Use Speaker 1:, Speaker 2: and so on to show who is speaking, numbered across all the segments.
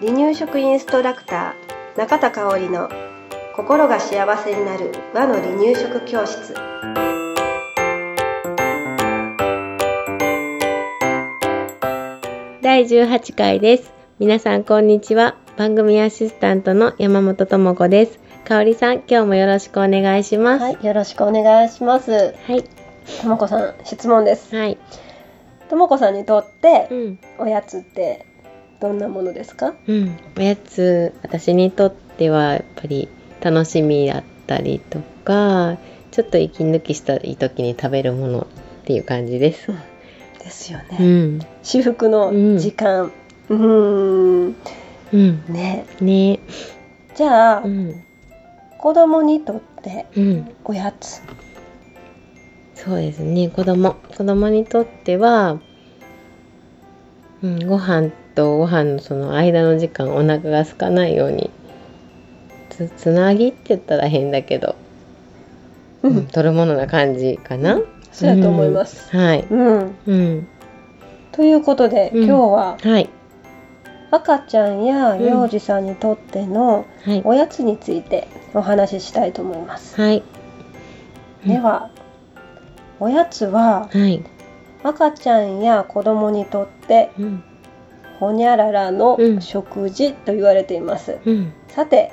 Speaker 1: 離乳食インストラクター中田香織の心が幸せになる和の離乳食教室
Speaker 2: 第18回です。皆さんこんにちは。番組アシスタントの山本智子です。かおりさん、今日もよろしくお願いします。
Speaker 1: はいよろしくお願いします
Speaker 2: はい。
Speaker 1: ともこさん質問です
Speaker 2: はい。
Speaker 1: ともこさんにとって
Speaker 2: うん。
Speaker 1: おやつってどんなものですか
Speaker 2: うん。おやつ、私にとってはやっぱり楽しみだったりとか、ちょっと息抜きしたい時に食べるものっていう感じです。
Speaker 1: ですよ
Speaker 2: う
Speaker 1: ね、
Speaker 2: ん。
Speaker 1: 至福の時間うーん
Speaker 2: うん。
Speaker 1: ね
Speaker 2: ね
Speaker 1: じゃあ、
Speaker 2: うん。
Speaker 1: 子供にとって
Speaker 2: うん。
Speaker 1: おやつ
Speaker 2: そうですね子供子供にとっては、うん、ご飯とご飯のその間の時間お腹が空かないようにつつなぎって言ったら変だけど、
Speaker 1: うん、
Speaker 2: 取るものな感じかな、
Speaker 1: そうやと思います、
Speaker 2: はい、
Speaker 1: うん、
Speaker 2: うん、
Speaker 1: ということで、
Speaker 2: うん
Speaker 1: 今日は
Speaker 2: はい
Speaker 1: 赤ちゃんや幼児さんにとっての
Speaker 2: はい
Speaker 1: おやつについてお話ししたいと思います、
Speaker 2: はいうん
Speaker 1: ではおやつは
Speaker 2: はい、
Speaker 1: 赤ちゃんや子供にとって
Speaker 2: うん
Speaker 1: ほにゃららの
Speaker 2: うん
Speaker 1: 食事と言われています、
Speaker 2: うん、
Speaker 1: さて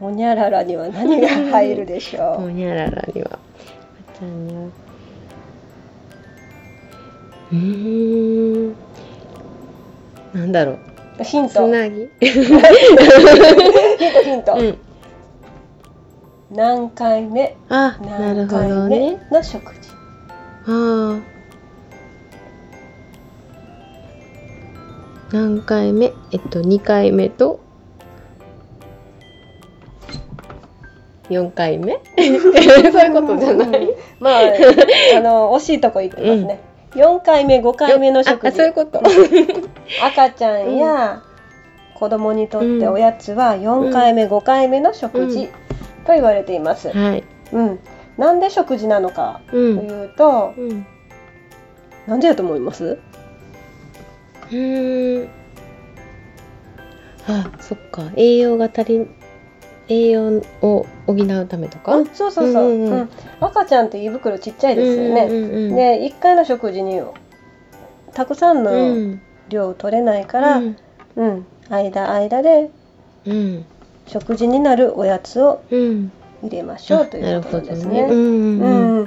Speaker 1: ほにゃららには何が入るでし
Speaker 2: ほ
Speaker 1: ょ
Speaker 2: にゃららには赤ちゃんにはうーんなんだろう
Speaker 1: うヒン
Speaker 2: つ
Speaker 1: トヒン
Speaker 2: なぎ
Speaker 1: トヒント、
Speaker 2: うん
Speaker 1: 何回目
Speaker 2: あ、な
Speaker 1: 何
Speaker 2: るほ
Speaker 1: 回
Speaker 2: ど
Speaker 1: 目
Speaker 2: ね。
Speaker 1: の食事
Speaker 2: ああ。何回目えっと、2回目と、4回 目そういうことじゃない
Speaker 1: うんまああの惜しいとこ行ってますね、4回目5回目の食
Speaker 2: あそういう
Speaker 1: 事
Speaker 2: こと。
Speaker 1: 赤ちゃんや子供にとっておやつは4回目5回目の食事と言われています、
Speaker 2: はい。
Speaker 1: うん、なんで食事なのか
Speaker 2: う
Speaker 1: と
Speaker 2: ん。
Speaker 1: いうと
Speaker 2: うん。う
Speaker 1: なんでだと思います
Speaker 2: ーん。あ、そっか。栄養が足りん、栄養を補うためとか。
Speaker 1: あそうそうそう、う
Speaker 2: うんんうんうん
Speaker 1: 赤ちゃんって胃袋ちっちゃいですよね、
Speaker 2: うんうんうん、
Speaker 1: で1回の食事にたくさん
Speaker 2: う
Speaker 1: の
Speaker 2: ん、
Speaker 1: 量取れないから、
Speaker 2: うん。
Speaker 1: うん、間間で
Speaker 2: うん。
Speaker 1: 食事になるおやつを
Speaker 2: うん。
Speaker 1: 入れましょうということなんですね。
Speaker 2: なるほどうん
Speaker 1: う
Speaker 2: うん
Speaker 1: ん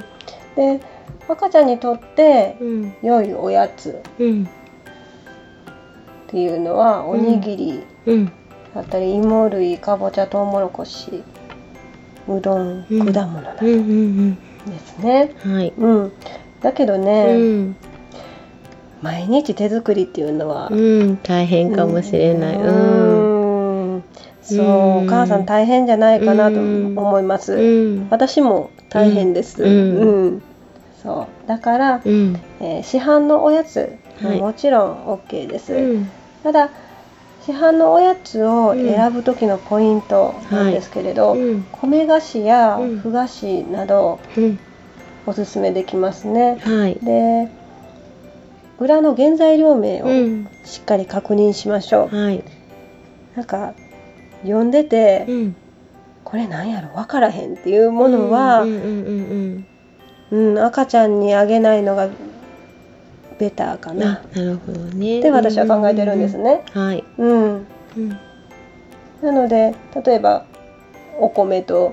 Speaker 1: で赤ちゃんにとって
Speaker 2: うん
Speaker 1: 良いおやつ
Speaker 2: うん
Speaker 1: っていうのはおにぎり
Speaker 2: うん
Speaker 1: だったり芋類かぼちゃとうもろこしうどん果
Speaker 2: うん
Speaker 1: 物なん
Speaker 2: うんうん
Speaker 1: ですね。
Speaker 2: うんはい
Speaker 1: うん、だけど
Speaker 2: う
Speaker 1: ね、
Speaker 2: ん
Speaker 1: 毎日手作りっていうのは、
Speaker 2: うん大変かもしれないうん
Speaker 1: うんそう、
Speaker 2: う
Speaker 1: お
Speaker 2: ん
Speaker 1: 母さん大変じゃないかなと思います。
Speaker 2: うん
Speaker 1: 私も大変です。
Speaker 2: うんうん
Speaker 1: うんそうだから、
Speaker 2: うん
Speaker 1: えー市販のおやつ、
Speaker 2: はい
Speaker 1: もちろん OK です、
Speaker 2: うん
Speaker 1: ただ市販のおやつを選ぶ時のポイントなんですけれど、
Speaker 2: うん
Speaker 1: 米菓子や
Speaker 2: うん
Speaker 1: ふ菓子など
Speaker 2: うん
Speaker 1: おすすめできますね、
Speaker 2: はい
Speaker 1: で裏の原材料名
Speaker 2: う
Speaker 1: を
Speaker 2: ん
Speaker 1: しっかり確認しましょう、
Speaker 2: はい
Speaker 1: なんか読んでて、
Speaker 2: うん
Speaker 1: これなんやろ分からへんっていうものは、
Speaker 2: うんうんうん
Speaker 1: うん、赤ちゃんにあげないのがベターか
Speaker 2: うんあ
Speaker 1: な
Speaker 2: なるほどね
Speaker 1: って私は考えてるんですね。
Speaker 2: うんはい
Speaker 1: うん、
Speaker 2: うん
Speaker 1: なので例えばお米と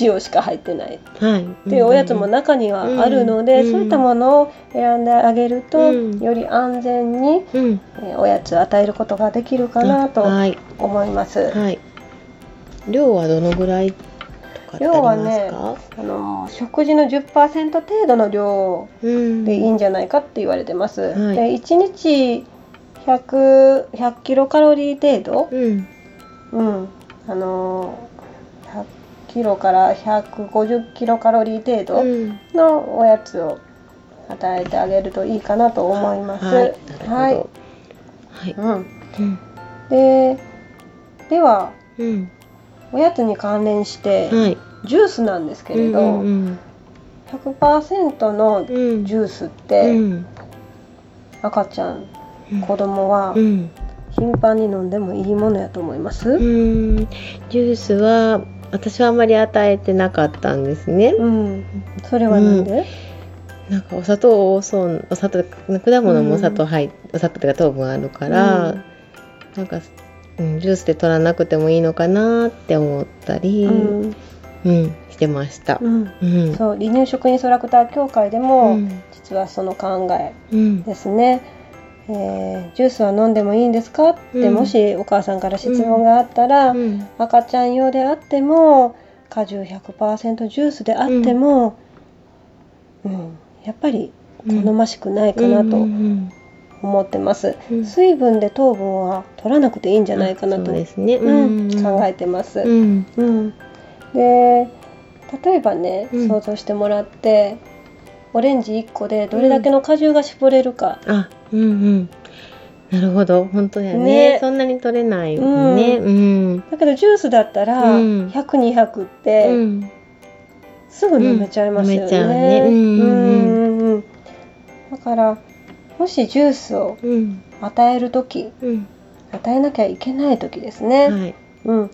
Speaker 1: 塩しか入ってない
Speaker 2: はい
Speaker 1: っていうおやつも中にはあるので、
Speaker 2: うん
Speaker 1: そういったものを選んであげると、
Speaker 2: うん
Speaker 1: より安全に
Speaker 2: うん
Speaker 1: えーおやつを与えることができるかなと
Speaker 2: はい
Speaker 1: 思います。
Speaker 2: はい量はどのぐらいとかってあり
Speaker 1: 量は
Speaker 2: ま
Speaker 1: ね
Speaker 2: す
Speaker 1: あ
Speaker 2: か
Speaker 1: の食事の10%程度の量
Speaker 2: うん
Speaker 1: でいいんじゃないかって言われてます。
Speaker 2: はい
Speaker 1: で1日 100, 100キロカロリー程度、
Speaker 2: うん
Speaker 1: うんあのー100キロから150キロカロリー
Speaker 2: う
Speaker 1: 程度
Speaker 2: ん
Speaker 1: のおやつを与えてあげるといいかなと思います。
Speaker 2: はいなるほどはい
Speaker 1: はいうん、
Speaker 2: うん
Speaker 1: ででは
Speaker 2: うん
Speaker 1: おやつに関連して、
Speaker 2: はい
Speaker 1: ジュースなんですけれど、
Speaker 2: うんうん
Speaker 1: 100%の
Speaker 2: うん
Speaker 1: ジュースっ
Speaker 2: う
Speaker 1: て、
Speaker 2: ん
Speaker 1: 赤ちゃん
Speaker 2: うん
Speaker 1: 子供は
Speaker 2: うん
Speaker 1: 頻繁に飲んでもいいものやと思います、
Speaker 2: うーんジュースは私はあまり与えてなかったんですね。
Speaker 1: うん、それはなんで、
Speaker 2: なんかお砂糖多そうお砂糖果物もお砂糖入っ、お砂糖というか糖分あるから、
Speaker 1: うん
Speaker 2: なんか、うん、ジュースで取らなくてもいいのかなって思ったり、
Speaker 1: う
Speaker 2: うん
Speaker 1: ん
Speaker 2: してました。
Speaker 1: うん
Speaker 2: うん
Speaker 1: そう離乳食インストラクター協会でも、
Speaker 2: うん
Speaker 1: 実はその考え
Speaker 2: うん
Speaker 1: ですね、えージュースは飲んでもいいんですか?」って、
Speaker 2: うん
Speaker 1: もしお母さんから質問があったら、
Speaker 2: うん
Speaker 1: 赤ちゃん用であっても果汁100%ジュースであっても、うんやっぱり好ましくないかな
Speaker 2: う
Speaker 1: と
Speaker 2: ん
Speaker 1: 思ってます、
Speaker 2: うん
Speaker 1: 水分で糖分は取らなくていいんじゃないかな
Speaker 2: そ
Speaker 1: と、
Speaker 2: うですね、
Speaker 1: うん考えてます、
Speaker 2: うん
Speaker 1: うん、で例えばね、
Speaker 2: うん
Speaker 1: 想像してもらってオレンジ1個でどれだけの果汁が絞れるか、
Speaker 2: あうんうんなるほど本当だよね
Speaker 1: ね
Speaker 2: そんなに取れないよねうん、
Speaker 1: だけどジュースだったら
Speaker 2: うん
Speaker 1: 100200っ
Speaker 2: う
Speaker 1: て、
Speaker 2: ん
Speaker 1: すぐ飲めちゃいますよね。
Speaker 2: うん飲めちゃうねう
Speaker 1: うんんうん
Speaker 2: ううん
Speaker 1: んうんだからもしジュースを
Speaker 2: うん
Speaker 1: 与える時
Speaker 2: うん
Speaker 1: 与えなきゃいけない時ですね、
Speaker 2: はい
Speaker 1: うん、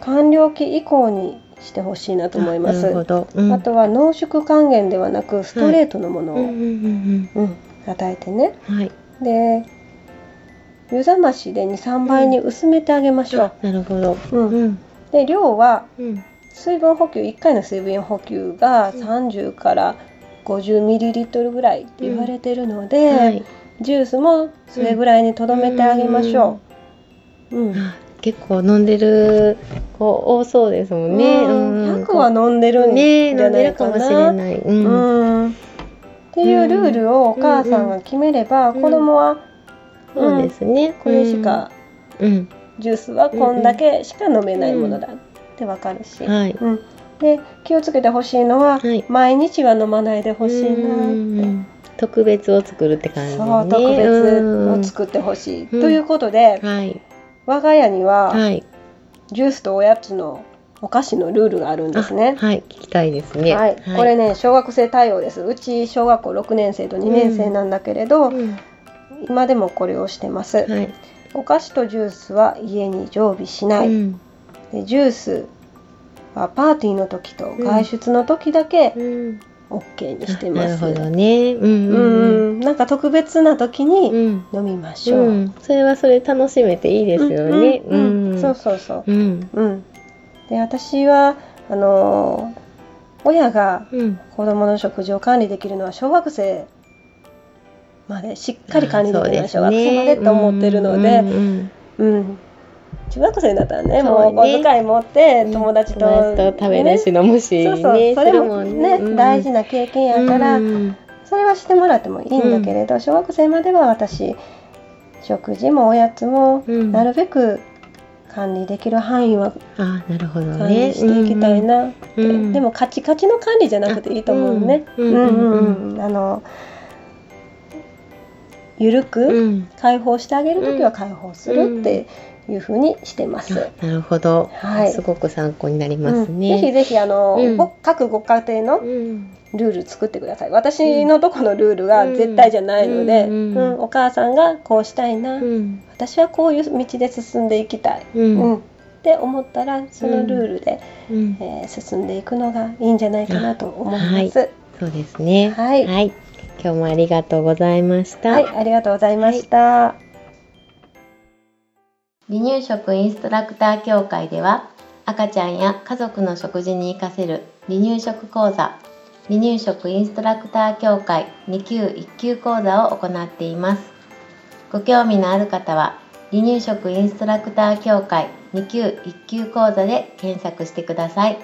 Speaker 1: 完了期以降にしてほしいなと思いま
Speaker 2: あなるほ
Speaker 1: す。
Speaker 2: ど、うん、
Speaker 1: あとは濃縮還元ではなくストレートのものを、
Speaker 2: うんうんうん
Speaker 1: うん与えてね。
Speaker 2: うんはい
Speaker 1: で湯冷ましで23倍に薄めてあげましょう。
Speaker 2: なるほど
Speaker 1: う
Speaker 2: うんん
Speaker 1: で量は
Speaker 2: うん
Speaker 1: 水分補給1回の水分補給が30から50ミリリットルぐらいって言われてるので、
Speaker 2: はい
Speaker 1: ジュースもそれぐらいにとどめてあげましょう。うん
Speaker 2: あ結構飲んでる子多そうですもんね、うん、
Speaker 1: 100は飲んでるん
Speaker 2: ね
Speaker 1: じ
Speaker 2: 飲
Speaker 1: ゃな
Speaker 2: んでる
Speaker 1: い
Speaker 2: か
Speaker 1: か
Speaker 2: も
Speaker 1: な。
Speaker 2: しれない、うん
Speaker 1: うんっていうルールをお母さんが決めれば、
Speaker 2: うん
Speaker 1: 子供は
Speaker 2: そうですね、
Speaker 1: これしか、
Speaker 2: うん、
Speaker 1: ジュースはこんだけしか飲めないものだってわかるし。
Speaker 2: うん、はい
Speaker 1: うん、で気をつけてほしいのは、
Speaker 2: はい
Speaker 1: 毎日は飲まないでほしいなって。
Speaker 2: うん特別を作るって感じね
Speaker 1: そう特別
Speaker 2: うん
Speaker 1: を作ってほしい、
Speaker 2: うん
Speaker 1: ということで、
Speaker 2: はい
Speaker 1: 我が家には
Speaker 2: はい
Speaker 1: ジュースとおやつのお菓子のルールがあるんですね
Speaker 2: あはい聞きたいですね
Speaker 1: はい、これね小学生対応ですうち小学校6年生と2年生なんだけれど、
Speaker 2: うん
Speaker 1: 今でもこれをしてます、
Speaker 2: はい
Speaker 1: お菓子とジュースは家に常備しない、
Speaker 2: うん
Speaker 1: でジュースはパーティーの時と外出の時だけ
Speaker 2: うん、
Speaker 1: OK にして
Speaker 2: あ
Speaker 1: ま
Speaker 2: なる
Speaker 1: す、
Speaker 2: ほどねうん
Speaker 1: う
Speaker 2: う
Speaker 1: ん
Speaker 2: ん
Speaker 1: なんか特別な時
Speaker 2: う
Speaker 1: に
Speaker 2: ん
Speaker 1: 飲みましょう、
Speaker 2: うん、それはそれ楽しめていいですよね。
Speaker 1: うんうんうんそうそうそう。
Speaker 2: うん。
Speaker 1: うん。で私はあのー親が
Speaker 2: うん。
Speaker 1: 子供の食事を管理できるのは小学生までしっかり管理できるのは小学生までと思ってるの
Speaker 2: うん
Speaker 1: で、
Speaker 2: うんうん
Speaker 1: うん。中学生だったらね、
Speaker 2: そうね
Speaker 1: もうお小遣い持って友達と,、ね
Speaker 2: 友達と食べるし飲むし、
Speaker 1: そうそう、
Speaker 2: ね、
Speaker 1: それもね、大事
Speaker 2: な
Speaker 1: な経験やから、
Speaker 2: うん
Speaker 1: それはしてもらってもいいんだけれど、小学生までは私食事もおやつも
Speaker 2: うん
Speaker 1: なるべく管理できる範囲は
Speaker 2: あなるほど
Speaker 1: 管
Speaker 2: ね。
Speaker 1: 理していきたいなって、
Speaker 2: うんうん
Speaker 1: でもカチカチの管理じゃなくていいと思うね。
Speaker 2: あう
Speaker 1: うんん
Speaker 2: うん
Speaker 1: うんうんあのゆる
Speaker 2: うん。う
Speaker 1: く
Speaker 2: ん。
Speaker 1: 解放してあげるときは解放するっていうふうにしてます。
Speaker 2: あなるほど、
Speaker 1: はい
Speaker 2: すごく参考になりま
Speaker 1: う
Speaker 2: す
Speaker 1: ん、ぜひ
Speaker 2: ね。
Speaker 1: ぜひあの、
Speaker 2: うん
Speaker 1: ご各ご家庭の
Speaker 2: うん。
Speaker 1: ルール作ってください私のとこのルールが絶対じゃないので、
Speaker 2: う
Speaker 1: うんんお母さんがこうしたいな、
Speaker 2: うん。
Speaker 1: 私はこういう道で進んでいきたい、
Speaker 2: う
Speaker 1: うん
Speaker 2: ん。
Speaker 1: って思ったらそのルールで、
Speaker 2: うん。
Speaker 1: えー進んでいくのがいいんじゃないかなと思います。
Speaker 2: そうですね。
Speaker 1: はい
Speaker 2: 今日もありがとうございました。
Speaker 1: はい、ありがとうございました。
Speaker 2: 離乳食インストラクター協会では赤ちゃんや家族の食事に活かせる離乳食講座離乳食インストラクター協会2級1級講座を行っていますご興味のある方は離乳食インストラクター協会2級1級講座で検索してください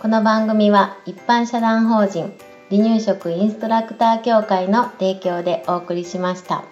Speaker 2: この番組は一般社団法人離乳食インストラクター協会の提供でお送りしました。